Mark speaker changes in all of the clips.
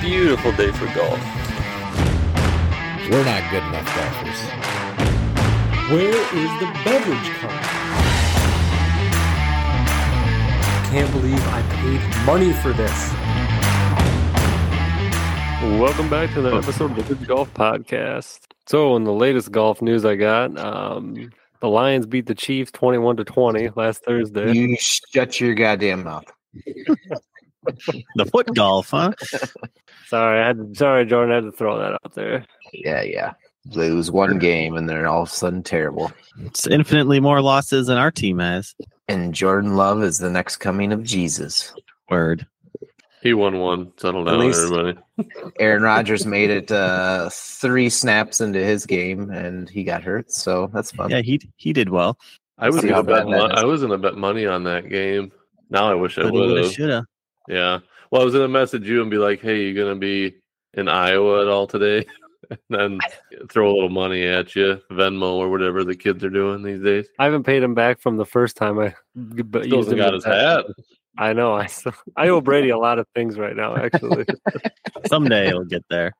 Speaker 1: beautiful day for golf.
Speaker 2: We're not good enough golfers.
Speaker 3: Where is the beverage cart? Can't believe I paid money for this.
Speaker 1: Welcome back to the episode of the Good Golf Podcast. So, in the latest golf news I got, um, the Lions beat the Chiefs 21 to 20 last Thursday.
Speaker 4: You shut your goddamn mouth.
Speaker 5: The foot golf, huh?
Speaker 1: Sorry, I had to, sorry, Jordan, I had to throw that out there.
Speaker 4: Yeah, yeah. Lose one game and they're all of a sudden terrible.
Speaker 5: It's infinitely more losses than our team has.
Speaker 4: And Jordan Love is the next coming of Jesus.
Speaker 5: Word.
Speaker 6: He won one. Settle
Speaker 4: At
Speaker 6: down,
Speaker 4: least-
Speaker 6: everybody.
Speaker 4: Aaron Rodgers made it uh, three snaps into his game and he got hurt. So that's fun.
Speaker 5: Yeah, he he did well.
Speaker 6: I was
Speaker 4: See
Speaker 6: gonna
Speaker 4: how
Speaker 6: bet.
Speaker 4: bad that
Speaker 6: Mon-
Speaker 4: is.
Speaker 6: I was gonna bet money on that game. Now I wish I
Speaker 5: But he woulda,
Speaker 6: would have.
Speaker 5: shoulda.
Speaker 6: Yeah. Well, I was gonna message you and be like, "Hey, you gonna be in Iowa at all today?" and then throw a little money at you, Venmo or whatever the kids are doing these days.
Speaker 1: I haven't paid him back from the first time I g- but
Speaker 6: Still
Speaker 1: used
Speaker 6: hasn't
Speaker 1: him
Speaker 6: got
Speaker 1: to
Speaker 6: his
Speaker 1: bet.
Speaker 6: hat.
Speaker 1: I know. I still, I owe Brady a lot of things right now, actually.
Speaker 5: Someday he'll get there.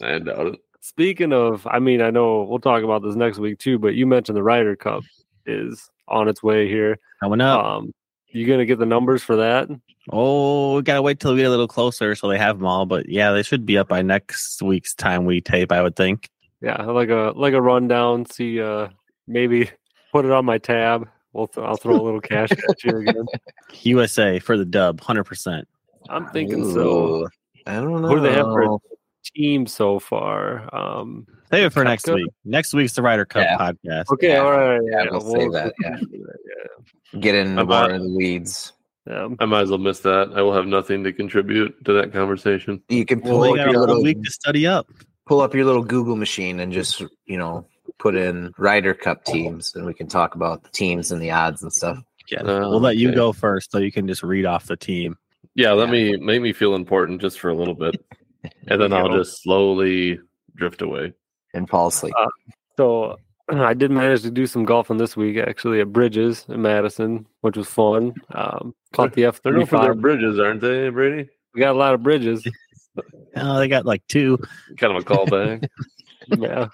Speaker 6: I doubt it.
Speaker 1: Speaking of, I mean, I know we'll talk about this next week too, but you mentioned the Ryder Cup is on its way here.
Speaker 5: Coming up.
Speaker 1: Um, you gonna get the numbers for that?
Speaker 5: Oh, we gotta wait till we get a little closer so they have them all. But yeah, they should be up by next week's time we tape, I would think.
Speaker 1: Yeah, like a like a rundown. See, uh, maybe put it on my tab. We'll th- I'll throw a little cash at you again.
Speaker 5: USA for the dub, hundred percent.
Speaker 1: I'm thinking so.
Speaker 4: Ooh, I don't know.
Speaker 1: Who do they have for- Team so far. Um,
Speaker 5: Save it for next
Speaker 1: Cup.
Speaker 5: week. Next week's the Ryder Cup
Speaker 4: Yeah.
Speaker 5: podcast.
Speaker 1: okay,
Speaker 4: Yeah,
Speaker 1: all right.
Speaker 4: yeah, we'll save that, yeah. Get in
Speaker 6: I'm
Speaker 4: more
Speaker 6: not-
Speaker 4: of the weeds.
Speaker 1: yeah. Um,
Speaker 6: I might as well miss that. I will have nothing to contribute to that conversation.
Speaker 4: You can
Speaker 5: Well,
Speaker 4: pull,
Speaker 5: they
Speaker 4: up,
Speaker 5: got
Speaker 4: your
Speaker 5: a whole
Speaker 4: little,
Speaker 5: week to study up.
Speaker 4: pull up your little Google machine and just, you know, put in Ryder Cup teams and we can talk about the teams and the odds and stuff.
Speaker 5: Yeah.
Speaker 6: Oh,
Speaker 5: we'll let you
Speaker 6: okay.
Speaker 5: go first so you can just read off the team.
Speaker 6: Yeah, let
Speaker 4: Yeah.
Speaker 6: me make me feel important just for a little bit, and then I'll
Speaker 4: Yeah.
Speaker 6: just slowly drift away.
Speaker 4: And fall asleep.
Speaker 1: So I did manage to do some golfing this week, actually, at Bridges in Madison, which was fun. Um, caught the F
Speaker 6: They're going for their
Speaker 1: thirty-five.
Speaker 6: bridges, aren't they, Brady?
Speaker 1: We got a lot of bridges.
Speaker 5: Oh, they got like two.
Speaker 6: Kind of a callback.
Speaker 1: yeah.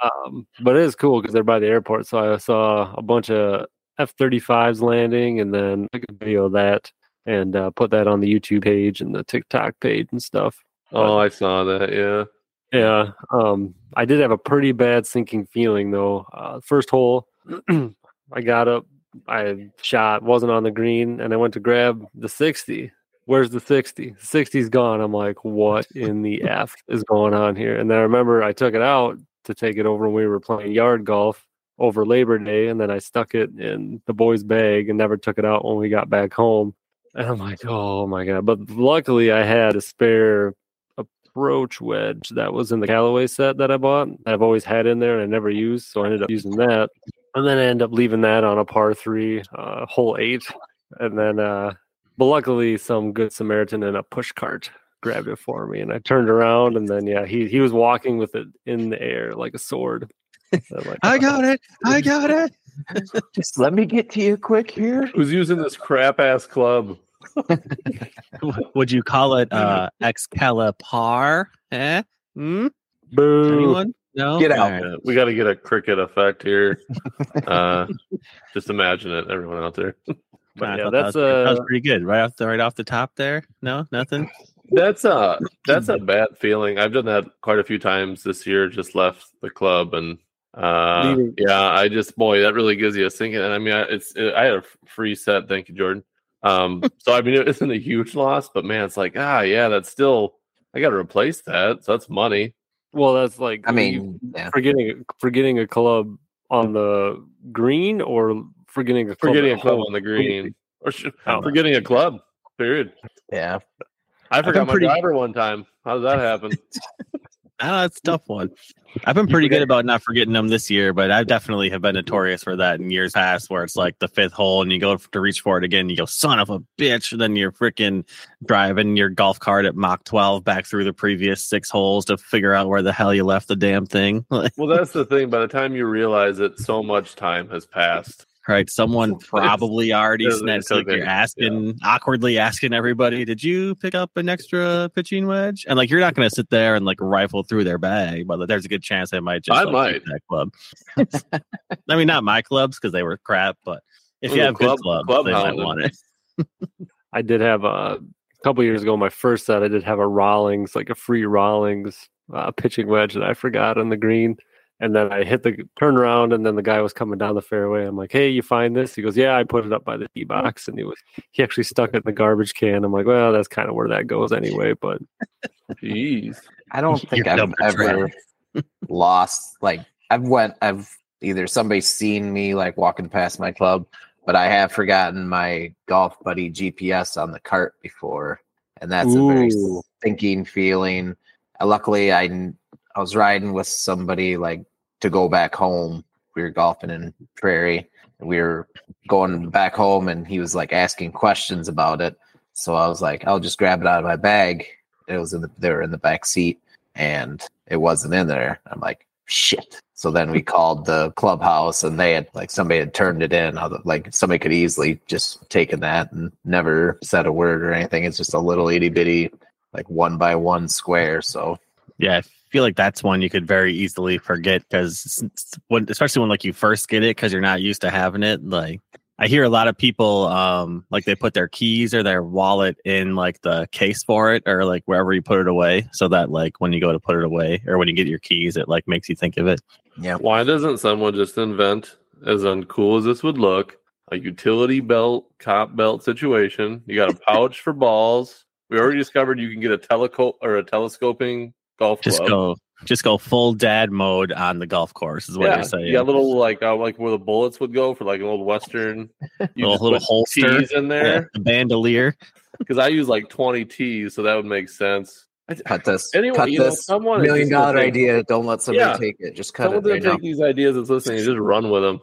Speaker 1: Um, but it is cool because they're by the airport. So I saw a bunch of F 35s landing and then took a video of that and uh, put that on the YouTube page and the TikTok page and stuff.
Speaker 6: oh, I saw that. Yeah.
Speaker 1: Yeah. Um, I did have a pretty bad sinking feeling though. Uh, first hole, I got up, I shot, wasn't on the green, and I went to grab the 60. Where's the 60? 60's gone. I'm like, what in the F is going on here? And then I remember I took it out to take it over when we were playing yard golf over Labor Day, and then I stuck it in the boys' bag and never took it out when we got back home. And I'm like, oh my God. But luckily, I had a spare approach wedge that was in the Callaway set that I bought. that I've always had in there and I never used, so I ended up using that. And then I ended up leaving that on a par three, uh, hole eight. And then, uh, but luckily, some good Samaritan in a push cart grabbed it for me, and I turned around, and then yeah, he he was walking with it in the air like a sword. And I'm like, "Oh."
Speaker 5: I got it. I got it.
Speaker 4: Just let me get to you quick here.
Speaker 6: Who's using this crap ass club?
Speaker 5: Would you call it uh
Speaker 1: Mm-hmm.
Speaker 5: Excalipar? Eh? Hmm?
Speaker 1: boo.
Speaker 5: Anyone? No?
Speaker 4: Get out.
Speaker 5: All right.
Speaker 6: Yeah, we got to get a cricket effect here. Uh, just imagine it, everyone out there.
Speaker 1: But
Speaker 5: I
Speaker 1: yeah,
Speaker 5: thought
Speaker 1: that's
Speaker 5: that was, that was
Speaker 1: uh,
Speaker 5: pretty good. Right off the right off the top there. No, nothing.
Speaker 6: That's a that's a bad feeling. I've done that quite a few times this year. Just left the club and uh,
Speaker 1: Leaving.
Speaker 6: yeah, I just boy that really gives you a sinking. And I mean, I, it's I had a free set. Thank you, Jordan. Um, so I mean, it isn't a huge loss, but man, it's like ah, yeah, that's still I got to replace that. So that's money.
Speaker 1: well, that's like
Speaker 4: I
Speaker 1: leave-
Speaker 4: mean, yeah.
Speaker 1: forgetting forgetting a club on the green or forgetting a club
Speaker 6: Forgetting a
Speaker 1: at
Speaker 6: club
Speaker 1: home?
Speaker 6: on the green, or sh-
Speaker 1: Oh.
Speaker 6: forgetting a club. Period.
Speaker 4: yeah.
Speaker 6: I
Speaker 5: been
Speaker 6: forgot my
Speaker 5: pretty-
Speaker 6: driver one time. How did that happen?
Speaker 5: Ah, that's a tough one. I've been pretty good about not forgetting them this year, but I definitely have been notorious for that in years past, where it's like the fifth hole and you go to reach for it again, you go son of a bitch, and then you're freaking driving your golf cart at Mach 12 back through the previous six holes to figure out where the hell you left the damn thing.
Speaker 6: well, that's the thing. By the time you realize it, so much time has passed.
Speaker 5: right? Someone probably already
Speaker 6: It's-
Speaker 5: snatched.
Speaker 6: it's
Speaker 5: Like
Speaker 6: okay,
Speaker 5: you're asking awkwardly asking everybody, "Did you pick up an extra pitching wedge?" And like you're not going to sit there and like rifle through their bag, but there's a good chance they might just.
Speaker 6: I
Speaker 5: like, keep that club. I mean, not my clubs because they were crap, but if you
Speaker 6: Ooh,
Speaker 5: have
Speaker 6: club-
Speaker 5: good clubs,
Speaker 6: club
Speaker 5: they might
Speaker 6: hounding.
Speaker 5: want it.
Speaker 1: I did have a, a couple years ago, my first set, I did have a Rawlings, like a free Rawlings uh, pitching wedge that I forgot on the green. And then I hit the turn around, and then the guy was coming down the fairway. I'm like, hey, you find this? He goes, yeah, I put it up by the tee box. And he was, he actually stuck it in the garbage can. I'm like, well, that's kind of where that goes anyway. But
Speaker 6: Jeez.
Speaker 4: I don't think
Speaker 5: Your
Speaker 4: I've
Speaker 5: numbers,
Speaker 4: ever lost. Like I've went. I've either somebody's seen me like walking past my club, but I have forgotten my golf buddy GPS on the cart before, and that's a very
Speaker 1: Ooh.
Speaker 4: sinking feeling. Uh, luckily, I kn- I was riding with somebody like to go back home. We were golfing in Prairie. and We were going back home, and he was like asking questions about it. So I was like, I'll just grab it out of my bag. It was in the they were in the back seat and it wasn't in there. I'm like, shit. So then we called the clubhouse and they had like somebody had turned it in. I was Like somebody could easily just taken that and never said a word or anything. It's just a little itty bitty like one by one square. So
Speaker 5: Yeah, I feel like that's one you could very easily forget because when, especially when like you first get it, because you're not used to having it. Like I hear a lot of people, um, like they put their keys or their wallet in like the case for it or like wherever you put it away, so that like when you go to put it away or when you get your keys, it like makes you think of it.
Speaker 6: Why doesn't someone just invent, as uncool as this would look, a utility belt, cop belt situation? You got a pouch for balls. We already discovered you can get a teleco or a telescoping golf
Speaker 5: Just
Speaker 6: club.
Speaker 5: go, just go full dad mode on the golf course is what
Speaker 6: yeah,
Speaker 5: you're saying.
Speaker 6: you got a little like uh, like where the bullets would go for like an old western. You
Speaker 5: Little-
Speaker 6: just
Speaker 5: little
Speaker 6: put
Speaker 5: holster.
Speaker 6: tees in
Speaker 5: Yeah,
Speaker 6: there
Speaker 5: the bandolier.
Speaker 6: because I use like twenty tees, so that would make sense. I-
Speaker 4: cut this.
Speaker 6: Anyway,
Speaker 4: cut
Speaker 6: you know,
Speaker 4: this
Speaker 6: someone is
Speaker 4: million
Speaker 6: just gonna
Speaker 4: dollar
Speaker 6: take-
Speaker 4: idea. Don't let somebody
Speaker 6: Yeah.
Speaker 4: take it. Just cut
Speaker 6: Someone's
Speaker 4: it
Speaker 6: gonna
Speaker 4: right now.
Speaker 6: take these ideas that's listening and just run with them.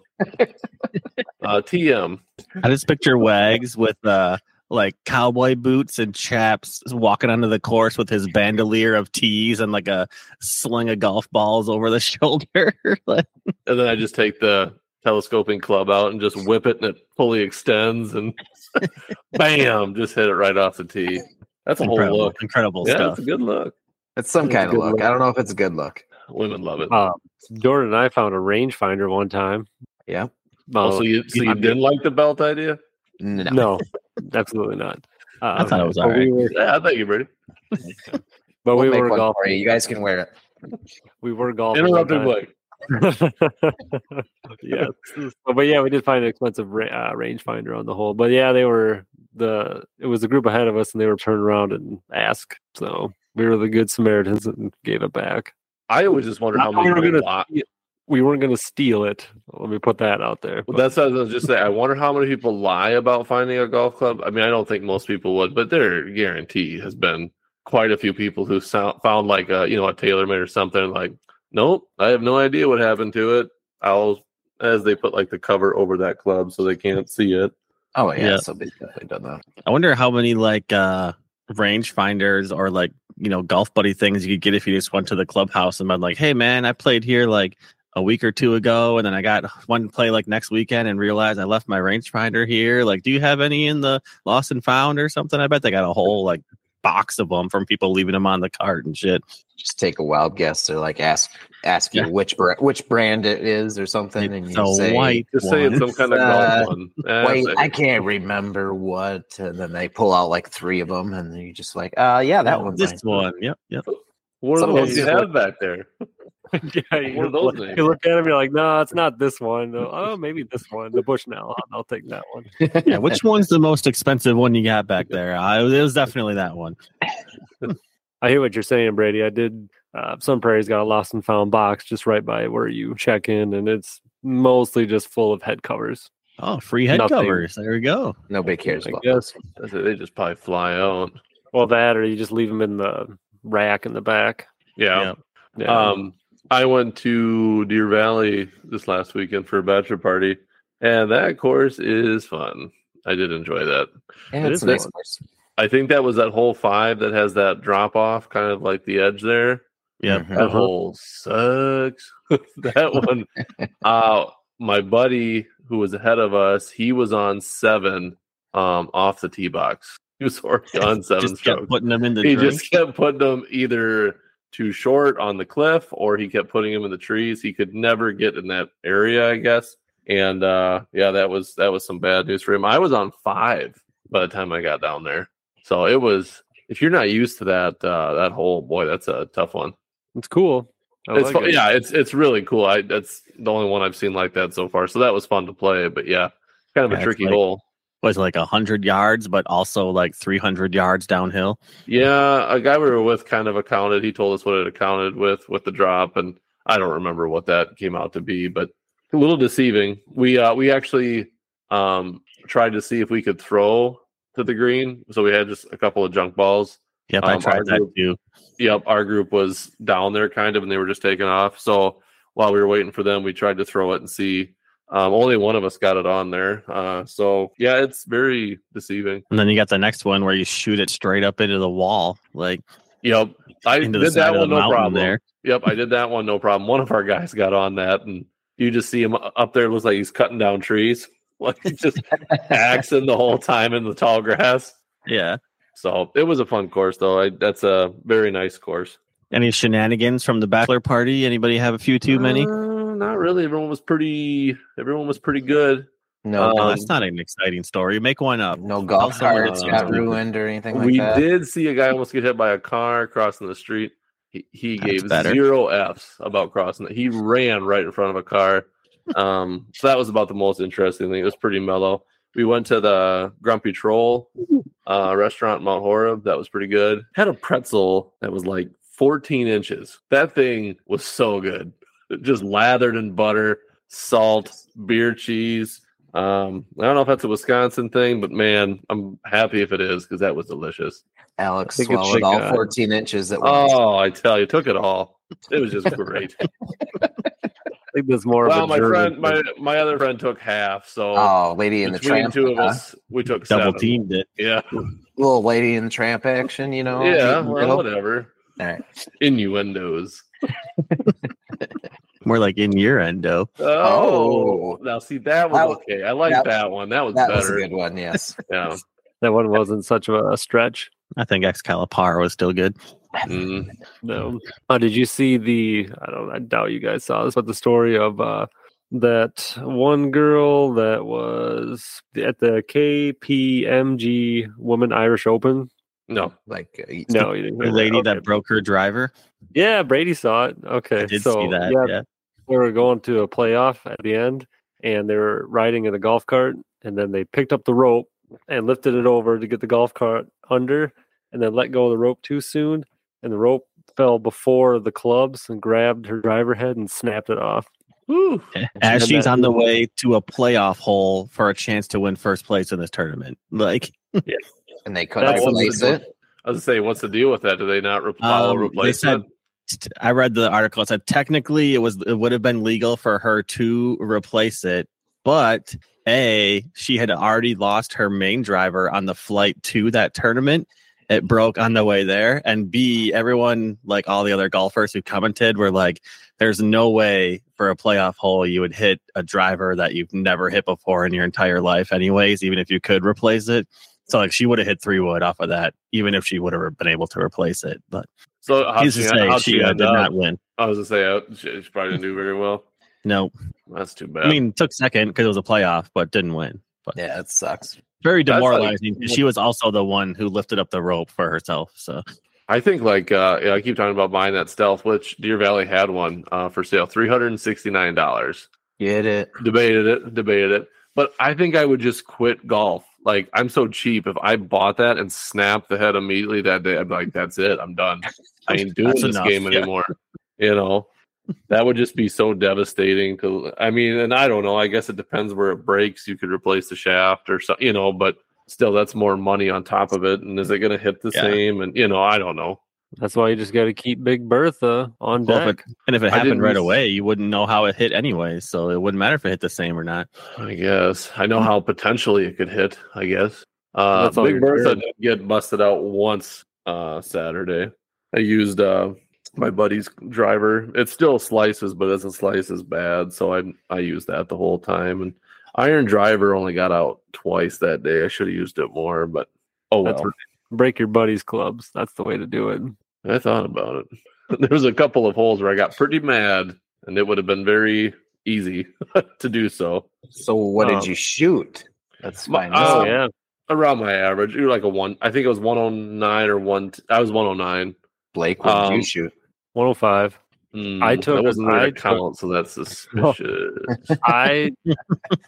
Speaker 6: uh, TM.
Speaker 5: I just picture Wags with uh like cowboy boots and chaps walking onto the course with his bandolier of tees and like a sling of golf balls over the shoulder. like,
Speaker 6: and then I just take the telescoping club out and just whip it, and it fully extends, and bam, just hit it right off the tee. That's a whole
Speaker 5: incredible,
Speaker 6: look.
Speaker 5: incredible
Speaker 6: Yeah,
Speaker 5: stuff.
Speaker 6: it's a good look.
Speaker 4: It's some
Speaker 1: It's a
Speaker 4: kind of
Speaker 1: good
Speaker 4: look.
Speaker 1: look.
Speaker 4: I don't know if it's a good look.
Speaker 6: Women love it.
Speaker 1: Uh, Jordan and I found a rangefinder one time.
Speaker 4: Yeah.
Speaker 1: Well,
Speaker 6: oh, so you, so you
Speaker 1: I'm-
Speaker 6: didn't like the belt idea?
Speaker 4: No.
Speaker 1: no, absolutely not. Uh,
Speaker 5: I thought it was
Speaker 1: but we
Speaker 5: alright.
Speaker 1: were,
Speaker 6: Yeah, I think you're ready.
Speaker 1: but
Speaker 4: We'll
Speaker 1: we
Speaker 4: make
Speaker 1: were
Speaker 4: one
Speaker 1: golfing.
Speaker 4: for you. You guys can wear it.
Speaker 1: We were golfing. one
Speaker 6: Interrupted
Speaker 1: time.
Speaker 6: Blake.
Speaker 1: yeah, So, but yeah, we did find an expensive ra- uh, rangefinder on the whole. But yeah, they were the it was a group ahead of us, and they were turned around and asked. So we were the good Samaritans and gave it back.
Speaker 6: I always just wondered how
Speaker 1: Not
Speaker 6: many
Speaker 1: only
Speaker 6: people
Speaker 1: gonna-
Speaker 6: lost.
Speaker 1: We weren't going to steal it. Let me put that out there. but-
Speaker 6: Well, that's what I was just saying. I wonder how many people lie about finding a golf club. I mean, I don't think most people would, but their guarantee has been quite a few people who sound, found like a you know a TaylorMade or something. Like, nope, I have no idea what happened to it. I'll as they put like the cover over that club so they can't see it.
Speaker 4: Oh yeah,
Speaker 5: Yeah.
Speaker 4: somebody's definitely done that.
Speaker 5: I wonder how many like uh range finders or like you know golf buddy things you could get if you just went to the clubhouse and been like, hey man, I played here like a week or two ago and then I got one play like next weekend and realized I left my range finder here. Like, do you have any in the lost and found or something? I bet they got a whole like box of them from people leaving them on the cart and shit.
Speaker 4: Just take a wild guess or like ask ask
Speaker 5: Yeah.
Speaker 4: you which brand which brand it is or something, and
Speaker 5: It's
Speaker 4: you
Speaker 5: a
Speaker 4: say
Speaker 5: white
Speaker 6: Just say it's
Speaker 5: one.
Speaker 6: some kind of
Speaker 4: Uh,
Speaker 6: golf one. Eh,
Speaker 4: Wait,
Speaker 6: it's
Speaker 4: I can't remember what. And then they pull out like three of them, and then you just like, uh, yeah, that one's
Speaker 5: this
Speaker 4: mine.
Speaker 5: one. Yep. Yep.
Speaker 6: what are the
Speaker 4: some
Speaker 6: ones
Speaker 4: of
Speaker 6: you
Speaker 4: these-
Speaker 6: have back there?
Speaker 1: yeah, you,
Speaker 6: What are
Speaker 1: look-
Speaker 6: those names?
Speaker 1: you look at him, you're like, no, it's not this one. Though. Oh, maybe this one, the Bushnell. I'll take that one.
Speaker 5: Yeah. Which one's the most expensive one you got back there? I, it was definitely that one.
Speaker 1: I hear what you're saying, Brady. I did. Uh, Sun Prairie's got a lost and found box just right by where you check in, and it's mostly just full of head covers.
Speaker 5: Oh, free head
Speaker 1: Nothing.
Speaker 5: covers. There we go.
Speaker 4: Nobody cares
Speaker 1: I
Speaker 4: about.
Speaker 1: guess.
Speaker 6: I said They just probably fly out.
Speaker 1: Well, that or you just leave them in the rack in the back.
Speaker 6: Yeah.
Speaker 5: Yeah.
Speaker 1: Yeah.
Speaker 6: Um, I went to Deer Valley this last weekend for a bachelor party, and that course is fun. I did enjoy that.
Speaker 4: Yeah,
Speaker 1: It
Speaker 4: it's
Speaker 1: is
Speaker 4: a nice
Speaker 1: that
Speaker 4: course.
Speaker 6: I think that was that hole five that has that drop off, kind of like the edge there.
Speaker 5: Yep.
Speaker 4: Mhm.
Speaker 6: That
Speaker 1: Uh-huh.
Speaker 6: hole sucks. that one. uh, my buddy who was ahead of us, he was on seven um, off the tee box. He was already on seven
Speaker 5: just kept
Speaker 6: strokes.
Speaker 5: putting them in the
Speaker 6: He
Speaker 5: drink.
Speaker 6: just kept putting them either too short on the cliff or he kept putting them in the trees. He could never get in that area, I guess. And uh, yeah, that was that was some bad news for him. I was on five by the time I got down there, so it was. If you're not used to that uh, that hole, boy, that's a tough one.
Speaker 1: It's cool. I
Speaker 6: It's
Speaker 1: like
Speaker 6: fu-
Speaker 1: it.
Speaker 6: yeah, it's it's really cool. I that's the only one I've seen like that so far. So that was fun to play, but yeah, kind of
Speaker 5: Yeah,
Speaker 6: a
Speaker 5: it's
Speaker 6: tricky
Speaker 5: like-
Speaker 6: hole.
Speaker 5: was like hundred yards, but also like three hundred yards downhill.
Speaker 6: Yeah, a guy we were with kind of accounted. He told us what it accounted with with the drop, and I don't remember what that came out to be, but a little deceiving. We uh we actually um tried to see if we could throw to the green, so we had just a couple of junk balls.
Speaker 5: Yep, I
Speaker 6: Um, I
Speaker 5: tried that
Speaker 6: do-
Speaker 5: too.
Speaker 6: Yep, our group was down there kind of, and they were just taking off. So while we were waiting for them, we tried to throw it and see. Um, only one of us got it on there. Uh, so yeah, it's very deceiving.
Speaker 5: And then you got the next one where you shoot it straight up into the wall, like
Speaker 6: Yep, I
Speaker 5: into the
Speaker 6: did
Speaker 5: side of
Speaker 6: that
Speaker 5: the
Speaker 6: one no
Speaker 5: mountain
Speaker 6: problem.
Speaker 5: there.
Speaker 6: Yep, I did that one, no problem. One of our guys got on that, and you just see him up there. Looks like he's cutting down trees, like he's just axing the whole time in the tall grass.
Speaker 5: Yeah.
Speaker 6: So it was a fun course, though. I, that's a very nice course.
Speaker 5: Any shenanigans from the bachelor party? Anybody have a few too many?
Speaker 6: Uh, not really. Everyone was pretty. Everyone was pretty good.
Speaker 4: No,
Speaker 5: no,
Speaker 6: um,
Speaker 5: that's Oh, not an exciting story. Make one up.
Speaker 4: no golf
Speaker 5: someone
Speaker 4: carts
Speaker 6: that's
Speaker 4: got
Speaker 6: into it.
Speaker 4: ruined or anything like
Speaker 6: we
Speaker 4: that.
Speaker 6: did see a guy almost get hit by a car crossing the street. He, he
Speaker 5: That's
Speaker 6: gave
Speaker 5: better.
Speaker 6: zero f's about crossing it. He ran right in front of a car. Um, so that was about the most interesting thing. It was pretty mellow. We went to the Grumpy Troll uh, restaurant in Mount Horeb. That was pretty good. Had a pretzel that was like 14 inches. That thing was so good. Just lathered in butter, salt, beer cheese. Um, I don't know if that's a Wisconsin thing, but man, I'm happy if it is because that was delicious.
Speaker 4: Alex
Speaker 1: I think it's
Speaker 4: swallowed
Speaker 1: like,
Speaker 4: all
Speaker 1: uh,
Speaker 4: 14 inches at once.
Speaker 6: Oh, I tell you, took it all. It was just great.
Speaker 1: I think that's more
Speaker 6: well,
Speaker 1: of a
Speaker 6: my
Speaker 1: German
Speaker 6: friend, my,
Speaker 1: thing.
Speaker 6: my other friend took half. So
Speaker 4: Oh, Lady in the
Speaker 6: between
Speaker 4: Tramp.
Speaker 6: two of
Speaker 4: huh?
Speaker 6: us, we took
Speaker 5: Double
Speaker 6: seven.
Speaker 5: teamed it.
Speaker 6: Yeah,
Speaker 4: Little Lady in the Tramp action, you know?
Speaker 6: yeah,
Speaker 4: You
Speaker 6: well,
Speaker 4: know?
Speaker 6: whatever.
Speaker 4: All right.
Speaker 6: Innuendos.
Speaker 5: More like in your endo.
Speaker 6: Oh,
Speaker 4: Oh.
Speaker 6: now see that was
Speaker 4: That was-
Speaker 6: okay. I like that,
Speaker 4: that-
Speaker 6: one. That was
Speaker 4: That was a
Speaker 6: better.
Speaker 4: good one, yes.
Speaker 6: yeah.
Speaker 1: that one wasn't such a, a stretch.
Speaker 5: I think Excalibur was still good.
Speaker 6: Mm.
Speaker 1: No. Uh, did you see the? I don't. I doubt you guys saw this, but the story of uh, that one girl that was at the KPMG Woman Irish Open.
Speaker 6: No.
Speaker 4: Like, uh,
Speaker 1: No, you didn't
Speaker 5: The
Speaker 1: hear
Speaker 5: lady
Speaker 1: okay.
Speaker 5: that broke her driver.
Speaker 1: Yeah, Brady saw it. Okay,
Speaker 5: I did
Speaker 1: so
Speaker 5: see that.
Speaker 1: yeah,
Speaker 5: Yeah.
Speaker 1: they were going to a playoff at the end, and they were riding in a golf cart, and then they picked up the rope and lifted it over to get the golf cart under, and then let go of the rope too soon, and the rope fell before the clubs and grabbed her driver head and snapped it off. Woo.
Speaker 5: As
Speaker 1: And
Speaker 5: she's
Speaker 1: that-
Speaker 5: on the way to a playoff hole for a chance to win first place in this tournament. Like
Speaker 4: and they couldn't
Speaker 1: That's
Speaker 6: what's the
Speaker 4: replace
Speaker 6: deal-
Speaker 4: it.
Speaker 6: I was gonna say, what's the deal with that? Do they not re- follow
Speaker 5: Um, they
Speaker 6: replace
Speaker 5: said,
Speaker 6: it?
Speaker 5: I read the article. It said technically it was it would have been legal for her to replace it, but a she had already lost her main driver on the flight to that tournament. It broke on the way there, and B everyone like all the other golfers who commented were like, "There's no way for a playoff hole you would hit a driver that you've never hit before in your entire life, anyways. Even if you could replace it." So like she would have hit three wood off of that, even if she would have been able to replace it. But
Speaker 6: So how
Speaker 5: He's
Speaker 6: she,
Speaker 5: just saying
Speaker 6: how'd
Speaker 5: she
Speaker 6: she
Speaker 5: uh,
Speaker 6: end
Speaker 5: did
Speaker 6: up?
Speaker 5: not win.
Speaker 6: I was gonna say uh, she, she probably didn't do very well.
Speaker 5: No,
Speaker 6: That's too bad.
Speaker 5: I mean took second because it was a playoff, but didn't win. But
Speaker 4: Yeah, it sucks.
Speaker 5: very
Speaker 6: That's like-
Speaker 5: demoralizing. 'cause she was also the one who lifted up the rope for herself. So
Speaker 6: I think like uh yeah, I keep talking about buying that stealth, which Deer Valley had one uh for sale, three hundred and sixty nine dollars.
Speaker 4: Get it.
Speaker 6: Debated it, debated it. But I think I would just quit golf. Like I'm so cheap. If I bought that and snapped the head immediately that day, I'd be like, that's it, I'm done. I ain't doing
Speaker 5: That's
Speaker 6: this
Speaker 5: enough,
Speaker 6: game
Speaker 5: yeah.
Speaker 6: anymore. You know? That would just be so devastating to I mean, and I don't know. I guess it depends where it breaks. You could replace the shaft or something, you know, but still that's more money on top of it. And is it gonna hit the
Speaker 5: Yeah.
Speaker 6: same? And you know, I don't know.
Speaker 1: That's why you just got to keep Big Bertha on
Speaker 5: Well, if
Speaker 1: deck.
Speaker 5: and if it
Speaker 6: I
Speaker 5: happened
Speaker 6: didn't
Speaker 5: right
Speaker 6: miss-
Speaker 5: away, you wouldn't know how it hit anyway. So it wouldn't matter if it hit the same or not.
Speaker 6: I guess I know how potentially it could hit. I guess uh,
Speaker 1: That's all
Speaker 6: Big
Speaker 1: you're
Speaker 6: Bertha
Speaker 1: doing.
Speaker 6: did get busted out once uh, Saturday. I used uh, my buddy's driver. It still slices, but doesn't slice as bad. So I I used that the whole time, and Iron Driver only got out twice that day. I should have used it more, but oh
Speaker 1: That's
Speaker 6: well.
Speaker 1: Break your buddies' clubs. That's the way to do it.
Speaker 6: I thought about it. There was a couple of holes where I got pretty mad, and it would have been very easy to do so.
Speaker 4: So what
Speaker 6: Um,
Speaker 4: did you shoot? That's
Speaker 6: my-
Speaker 4: fine.
Speaker 6: Oh,
Speaker 1: Oh yeah,
Speaker 6: Around my average, you were like a one. I think it was one hundred nine or one. I was one hundred nine.
Speaker 4: Blake, what did
Speaker 6: um,
Speaker 4: you shoot?
Speaker 1: 105. I took-
Speaker 6: Hmm, That wasn't really
Speaker 1: I
Speaker 6: a
Speaker 1: took-
Speaker 6: count, so that's suspicious.
Speaker 1: I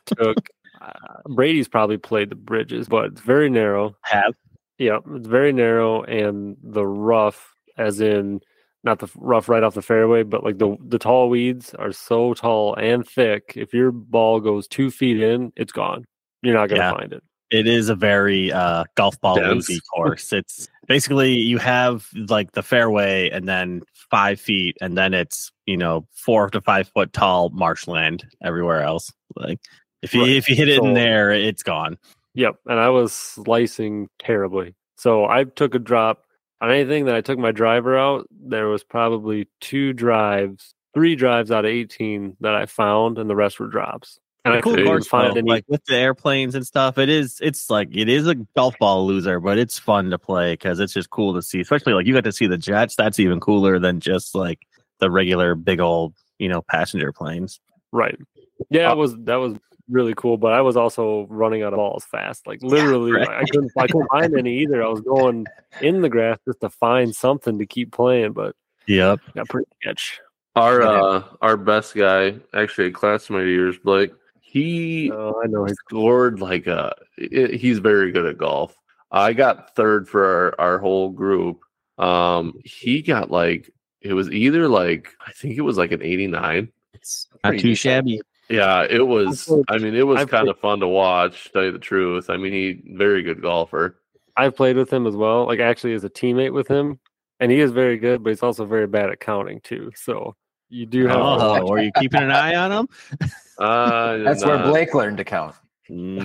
Speaker 1: took uh, Brady's probably played the bridges, but it's very narrow.
Speaker 5: Have
Speaker 1: Yeah, it's very narrow, and the rough, as in not the rough right off the fairway, but like the the tall weeds are so tall and thick. If your ball goes two feet in, it's gone. You're not gonna
Speaker 5: Yeah.
Speaker 1: find it.
Speaker 5: it is a very uh, golf ball
Speaker 6: Dense.
Speaker 5: loosey course. It's basically you have like the fairway and then five feet, and then it's you know four to five foot tall marshland everywhere else. Like if you
Speaker 1: Right.
Speaker 5: if you hit it
Speaker 1: So-
Speaker 5: in there, it's gone.
Speaker 1: Yep, and I was slicing terribly. So I took a drop on anything that I took my driver out. There was probably two drives, three drives out of eighteen that I found, and the rest were drops. And I
Speaker 6: Cool
Speaker 1: couldn't even
Speaker 6: course,
Speaker 1: find
Speaker 5: though,
Speaker 1: any.
Speaker 5: like with the airplanes and stuff. It is it's like it is a golf ball loser, but it's fun to play because it's just cool to see. Especially like you got to see the jets. That's even cooler than just like the regular big old you know passenger planes.
Speaker 1: Right. Yeah,
Speaker 6: Uh,
Speaker 1: it was that was really cool, but I was also running out of balls fast. Like literally,
Speaker 5: right.
Speaker 1: I couldn't I couldn't find any either. I was going in the grass just to find something to keep playing, but
Speaker 5: Yep.
Speaker 1: got pretty sketch.
Speaker 6: Our
Speaker 4: Yeah.
Speaker 6: uh, our best guy, actually a classmate of yours, Blake. He
Speaker 1: Oh, I know. he's-
Speaker 6: scored like a. i- He's very good at golf. I got third for our, our whole group. Um, he got like it was either like I think it was like an eighty nine.
Speaker 4: It's
Speaker 5: Not
Speaker 4: pretty
Speaker 5: too
Speaker 4: decent.
Speaker 5: shabby.
Speaker 6: Yeah, it was.
Speaker 1: played-
Speaker 6: I mean, it was
Speaker 1: I've
Speaker 6: kind of fun to watch. to Tell you the truth, I mean, he very good golfer.
Speaker 1: I've played with him as well. Like actually, as a teammate with him, and he is very good, but he's also very bad at counting too. So you do have. to-
Speaker 5: Oh, are you keeping an eye on them?
Speaker 6: Uh,
Speaker 4: That's where
Speaker 6: nah.
Speaker 4: Blake learned to count.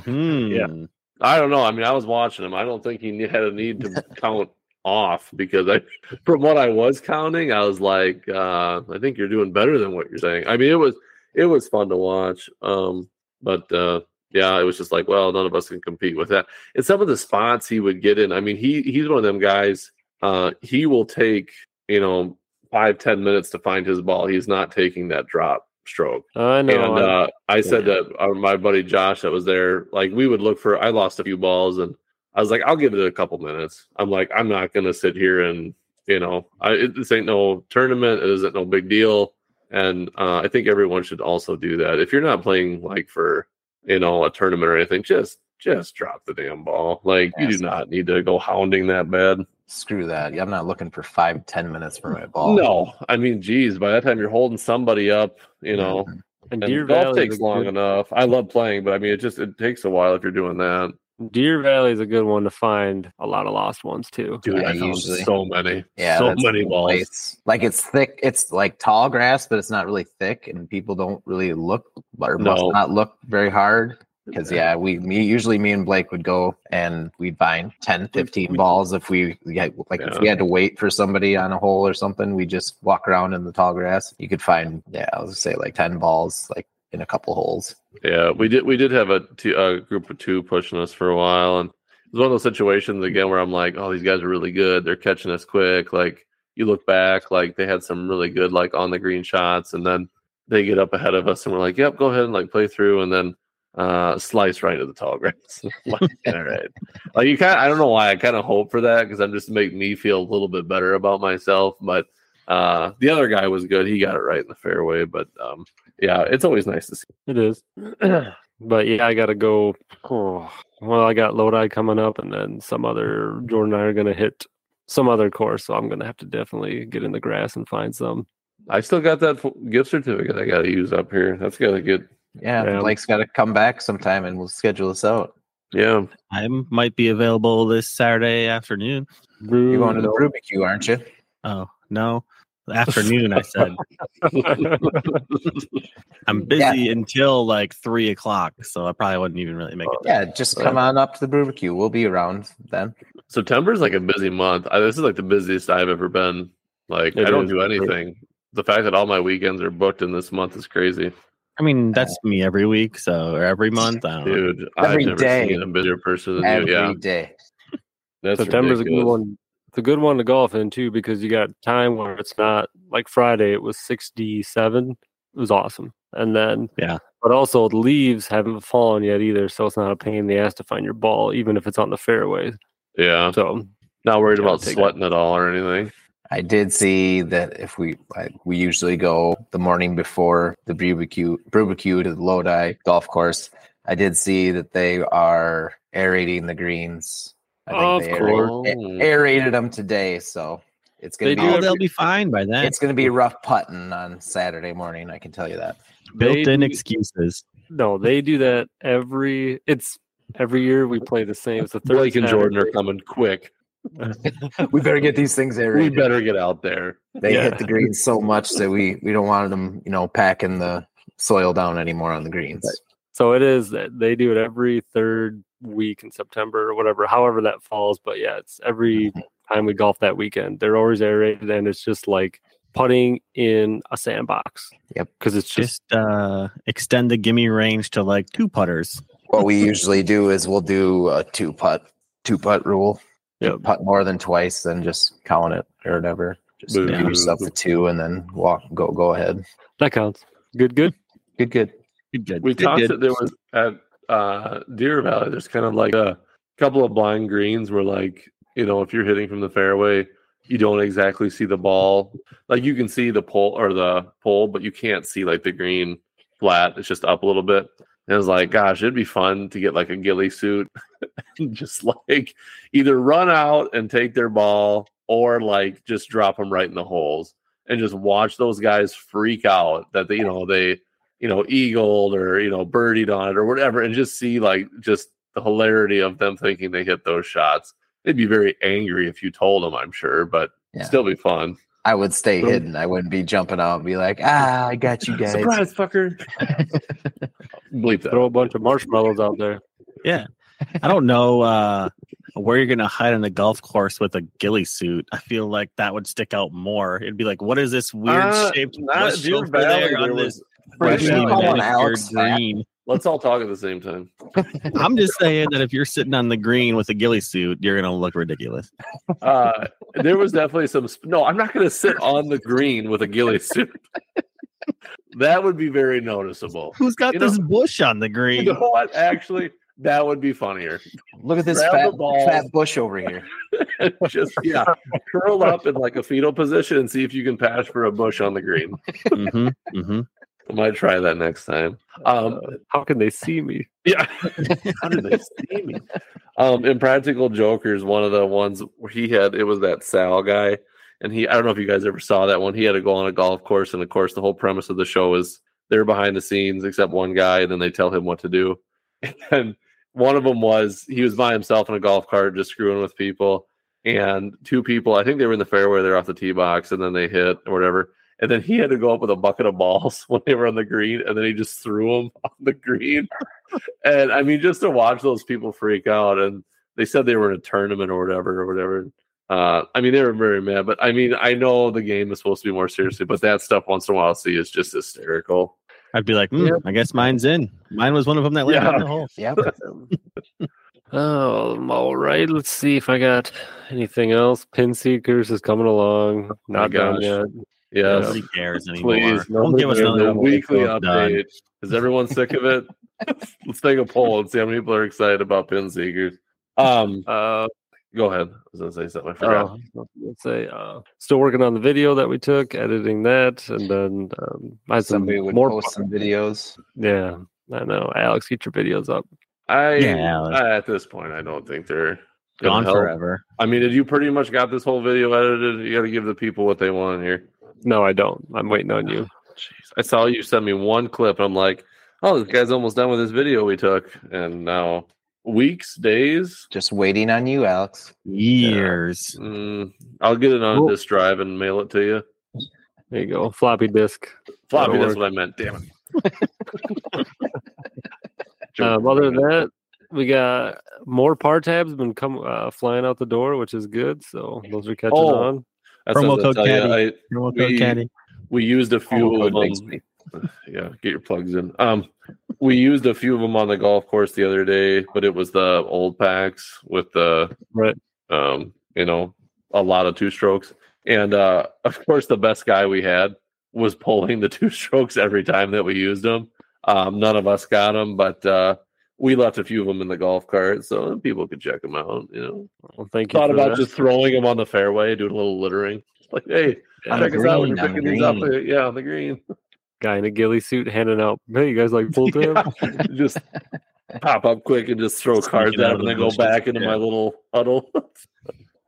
Speaker 5: Mm-hmm.
Speaker 6: I don't know. I mean, I was watching him. I don't think he ne- had a need to count off because I, from what I was counting, I was like, uh, I think you're doing better than what you're saying. I mean, it was it was fun to watch. Um, but uh, yeah, it was just like, well, none of us can compete with that. And some of the spots he would get in. I mean, he he's one of them guys. Uh, he will take you know five ten minutes to find his ball. He's not taking that drop stroke
Speaker 1: I know.
Speaker 6: and
Speaker 1: I-
Speaker 6: uh, I said to uh, my buddy Josh that was there, like we would look for. I lost a few balls, and I was like, I'll give it a couple minutes. I'm like, I'm not gonna sit here and you know, I, it, this ain't no tournament. It isn't no big deal. And uh, I think everyone should also do that. If you're not playing like for you know a tournament or anything, just just drop the damn ball. Like you
Speaker 4: Yes.
Speaker 6: do not need to go hounding that bad.
Speaker 4: Screw that. I'm not looking for five, ten minutes for my ball.
Speaker 6: No, I mean, geez, by that time you're holding somebody up. You know,
Speaker 4: Mm-hmm.
Speaker 1: and
Speaker 6: and
Speaker 1: Deer
Speaker 6: golf
Speaker 1: Valley
Speaker 6: takes
Speaker 1: is a
Speaker 6: long
Speaker 1: good-
Speaker 6: enough. I love playing, but I mean, it just it takes a while if you're doing that.
Speaker 1: Deer Valley is a good one to find a lot of lost ones too.
Speaker 4: Dude, I I found usually-
Speaker 6: so many,
Speaker 4: Yeah,
Speaker 6: so
Speaker 4: that's
Speaker 6: many
Speaker 4: the
Speaker 6: balls.
Speaker 4: place. Like it's thick, it's like tall grass, but it's not really thick, and people don't really look or must
Speaker 6: No.
Speaker 4: not look very hard. Because yeah, we me usually me and Blake would go and we'd find 10, 15 balls if we yeah, like if we had to wait for somebody on a hole or something, we just walk around in the tall grass. You could find yeah, I was say like ten balls like in a couple holes.
Speaker 6: Yeah, we did we did have a t- a group of two pushing us for a while, and it was one of those situations again where I'm like, oh, these guys are really good. They're catching us quick. Like you look back, like they had some really good like on the green shots, and then they get up ahead of us, and we're like, yep, go ahead and like play through, and then uh slice right into the tall grass. Like, all right, like you kind. I don't know why I kind of hope for that because I'm just to make me feel a little bit better about myself, but. Uh, the other guy was good. He got it right in the fairway, but um, yeah, it's always nice to see.
Speaker 1: It is. but yeah, I gotta go. oh, well, I got Lodi coming up, and then some other Jordan and I are gonna hit some other course, so I'm gonna have to definitely get in the grass and find some.
Speaker 6: I still got that f- gift certificate I got to use up here. That's got to get,
Speaker 4: Yeah,
Speaker 1: Yeah.
Speaker 4: Blake's got to come back sometime, and we'll schedule this out.
Speaker 6: yeah.
Speaker 5: I might be available this Saturday afternoon.
Speaker 4: You're going to the
Speaker 1: Bruno.
Speaker 4: Rubik's Cube, aren't you?
Speaker 5: Oh no, afternoon. I said I'm busy until like three o'clock, so I probably wouldn't even really make it.
Speaker 4: Yeah, just come on up to the Rubik's Cube. We'll be around then.
Speaker 6: September is like a busy month. I, this is like the busiest I've ever been. Like,
Speaker 1: It
Speaker 6: I don't
Speaker 1: is.
Speaker 6: do anything. The fact that all my weekends are booked in this month is crazy.
Speaker 5: I mean, that's me every week, so or every month. I don't know.
Speaker 6: Dude,
Speaker 4: Every
Speaker 6: I've never
Speaker 4: day.
Speaker 6: seen a busier person than
Speaker 4: every
Speaker 6: you.
Speaker 4: day.
Speaker 6: Yeah, that's
Speaker 1: September's a good
Speaker 6: ridiculous.
Speaker 1: one. It's a good one to golf in too because you got time where it's not like Friday. It was sixty-seven. It was awesome, and then
Speaker 5: Yeah.
Speaker 1: but also the leaves haven't fallen yet either, so it's not a pain in the ass to find your ball, even if it's on the fairways.
Speaker 6: Yeah,
Speaker 1: So
Speaker 6: not worried
Speaker 1: Gotta
Speaker 6: about
Speaker 1: take it.
Speaker 6: sweating at all or anything.
Speaker 4: I did see that if we like, we usually go the morning before the barbecue barbecue to the Lodi golf course. I did see that they are aerating the greens. I
Speaker 1: Of
Speaker 4: think they aerate-
Speaker 6: course.
Speaker 4: a- aerated them today, so it's gonna
Speaker 1: They
Speaker 4: be
Speaker 1: do
Speaker 5: Oh, they'll be fine by then.
Speaker 4: it's gonna be rough putting on Saturday morning. I can tell you that.
Speaker 1: they
Speaker 5: Built-in
Speaker 1: do-
Speaker 5: excuses.
Speaker 1: no, they do that every. It's every year we play the same. It's the third
Speaker 6: Blake and Jordan are
Speaker 1: Saturday.
Speaker 6: coming quick.
Speaker 4: We better get these things
Speaker 6: We
Speaker 4: aerated.
Speaker 6: better get out there.
Speaker 4: They
Speaker 1: Yeah.
Speaker 4: hit the greens so much that we we don't want them, you know, packing the soil down anymore on the greens.
Speaker 1: So it is that they do it every third week in September or whatever, however that falls. But yeah, it's every time we golf that weekend. They're always aerated and it's just like putting in a sandbox.
Speaker 4: Yep.
Speaker 1: Because it's just,
Speaker 5: Just uh extend the gimme range to like two putters.
Speaker 4: what we usually do is we'll do a two putt two putt rule
Speaker 1: Yep.
Speaker 4: putt more than twice then just count it or whatever just
Speaker 6: Boo.
Speaker 4: give yourself a two and then walk go go ahead
Speaker 1: that counts. Good, good.
Speaker 4: good good
Speaker 5: Good, good.
Speaker 6: We
Speaker 5: good,
Speaker 6: talked
Speaker 5: good.
Speaker 6: that there was at uh, Deer Valley. There's kind of like a couple of blind greens where, like, you know, if you're hitting from the fairway, you don't exactly see the ball. Like, you can see the pole or the pole, but you can't see like the green flat. It's just up a little bit. And it's like, gosh, it'd be fun to get like a ghillie suit and just like either run out and take their ball or like just drop them right in the holes and just watch those guys freak out that they, you know, they you know, eagled or you know, birdied on it or whatever, and just see like just the hilarity of them thinking they hit those shots. They'd be very angry if you told them, I'm sure, but
Speaker 4: Yeah.
Speaker 6: still be fun.
Speaker 4: i would stay
Speaker 6: Boom.
Speaker 4: hidden i wouldn't be jumping out and be like ah i got you guys
Speaker 6: Surprise, fucker! Bleep that.
Speaker 1: Throw a bunch of marshmallows out there.
Speaker 5: I don't know uh where you're gonna hide on the golf course with a ghillie suit. I feel like that would stick out more. It'd be like, what is this weird
Speaker 6: Uh,
Speaker 5: shaped
Speaker 6: not
Speaker 5: bush
Speaker 6: at Deer
Speaker 5: over
Speaker 6: Valley,
Speaker 5: there
Speaker 6: there
Speaker 5: on
Speaker 6: was-
Speaker 5: this
Speaker 4: Wait,
Speaker 5: freshly
Speaker 4: did you call on
Speaker 5: manicured
Speaker 4: Alex Mack?
Speaker 5: green?
Speaker 6: Let's all talk at the same time.
Speaker 5: I'm just saying that if you're sitting on the green with a ghillie suit, you're gonna look ridiculous.
Speaker 6: Uh, there was definitely some. Sp- no, I'm not going to sit on the green with a ghillie suit. that would be very noticeable.
Speaker 5: Who's got
Speaker 6: You know-
Speaker 5: this bush on the green?
Speaker 6: You know what? Actually, that would be funnier.
Speaker 4: look at this
Speaker 6: Grab
Speaker 4: fat,
Speaker 6: the ball.
Speaker 4: fat bush over here
Speaker 6: just yeah, curl up in like a fetal position and see if you can pass for a bush on the green.
Speaker 5: hmm hmm
Speaker 6: I might try that next time. Um,
Speaker 1: How can they see me?
Speaker 6: yeah, how did they see me? Um, in Practical Jokers, one of the ones where he had it was that Sal guy, and he I don't know if you guys ever saw that one. He had to go on a golf course, and of course, the whole premise of the show is they're behind the scenes except one guy, and then they tell him what to do. And one of them was he was by himself in a golf cart, just screwing with people. And two people, I think they were in the fairway, they're off the tee box, and then they hit or whatever. And then he had to go up with a bucket of balls when they were on the green, and then he just threw them on the green. and I mean, just to watch those people freak out, and they said they were in a tournament or whatever, or whatever. Uh, I mean, they were very mad, but I mean, I know the game is supposed to be more seriously, but that stuff once in a while, I see, is just hysterical.
Speaker 5: I'd be like, "Hmm, I guess mine's in. Mine was one of them that landed
Speaker 6: Yeah.
Speaker 5: on the hole.
Speaker 4: yep
Speaker 1: Oh, all right. Let's see if I got anything else. Pin Seekers is coming along.
Speaker 6: my
Speaker 1: Not done
Speaker 6: gosh.
Speaker 1: yet.
Speaker 6: Yes.
Speaker 5: Nobody cares anymore.
Speaker 6: Please,
Speaker 5: Don't give us
Speaker 6: There's
Speaker 5: another
Speaker 6: a weekly
Speaker 5: Done.
Speaker 6: update. Is everyone sick of it? Let's take a poll and see how many people are excited about pin seekers. Um,
Speaker 1: Uh,
Speaker 6: go ahead. I was gonna say something. I forgot.
Speaker 1: Oh, let's say uh, still working on the video that we took, editing that, and then um, I had some
Speaker 4: somebody would
Speaker 1: more.
Speaker 4: post some videos
Speaker 1: Yeah, I know. Alex, get your videos up.
Speaker 6: I,
Speaker 5: Oh. Yeah, Alex.
Speaker 6: I- at this point, I don't think they're gonna
Speaker 5: Gone
Speaker 6: help.
Speaker 5: forever.
Speaker 6: I mean, did you pretty much got this whole video edited? You got to give the people what they want here.
Speaker 1: No, I don't. I'm waiting on you.
Speaker 6: Jeez, I saw you send me one clip. And I'm like, oh, this guy's almost done with this video we took, and now weeks, days.
Speaker 4: just waiting on you alex
Speaker 5: Years.
Speaker 6: Mm, I'll get it on
Speaker 1: Cool.
Speaker 6: a disk drive and mail it to you.
Speaker 1: There you go. Floppy disk.
Speaker 6: Floppy,
Speaker 1: That'll
Speaker 6: that's what I meant. Damn it.
Speaker 1: Um, other than that, we got more par tabs been come uh, flying out the door, which is good. So those are catching
Speaker 6: Oh.
Speaker 1: on.
Speaker 6: That's
Speaker 5: Promo
Speaker 6: what I was
Speaker 5: code
Speaker 6: gonna tell you. I,
Speaker 5: Caddy.
Speaker 6: we- we used a few
Speaker 4: Promo code
Speaker 6: of them
Speaker 4: Bixby.
Speaker 6: yeah, get your plugs in. Um, we used a few of them on the golf course the other day, but it was the old packs with the
Speaker 1: Right.
Speaker 6: um, you know, a lot of two strokes. And uh, of course, the best guy we had was pulling the two strokes every time that we used them. Um, none of us got them, but uh, we left a few of them in the golf cart so people could check them out. You know,
Speaker 1: Well, thank you.
Speaker 6: thought
Speaker 1: for that.
Speaker 6: about just throwing them on the fairway, doing a little littering. Like, hey,
Speaker 1: Yeah.
Speaker 4: On
Speaker 6: check
Speaker 4: the
Speaker 6: us out when
Speaker 4: green,
Speaker 6: you're
Speaker 4: on the
Speaker 6: picking these up. Yeah, on the green.
Speaker 1: guy in a ghillie suit handing out. Hey, you guys like full tab?
Speaker 6: just pop up quick and just throw
Speaker 5: Sneak
Speaker 6: cards
Speaker 5: it out
Speaker 6: out
Speaker 5: of
Speaker 6: and
Speaker 5: the
Speaker 6: then go
Speaker 5: bushes,
Speaker 6: back into
Speaker 5: yeah.
Speaker 6: my little huddle.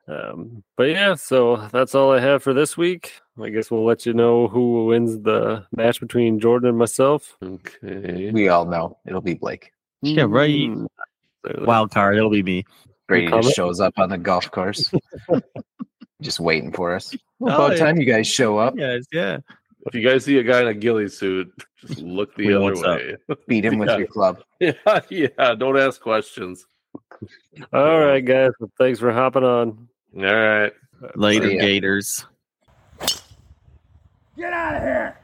Speaker 1: Um, but yeah, so that's all I have for this week. I guess we'll let you know who wins the match between Jordan and myself.
Speaker 6: okay.
Speaker 4: We all know it'll be Blake.
Speaker 5: Yeah, right.
Speaker 6: Mm.
Speaker 1: Hmm. So-
Speaker 5: Wild card. It'll be me.
Speaker 4: Brady
Speaker 1: comment?
Speaker 4: just shows up on the golf course, just waiting for us.
Speaker 5: Oh,
Speaker 4: About
Speaker 5: yeah.
Speaker 4: time you guys show up,
Speaker 5: Yes, yeah.
Speaker 6: If you guys see a guy in a ghillie suit, just look the
Speaker 5: Wait,
Speaker 6: other
Speaker 5: what's up?
Speaker 6: way.
Speaker 4: beat him with
Speaker 6: Yeah.
Speaker 4: your club.
Speaker 6: yeah, yeah. Don't ask questions.
Speaker 1: All right, guys. Well, thanks for hopping on.
Speaker 6: All right.
Speaker 5: Later,
Speaker 4: Yeah.
Speaker 5: Gators.
Speaker 7: Get out of here!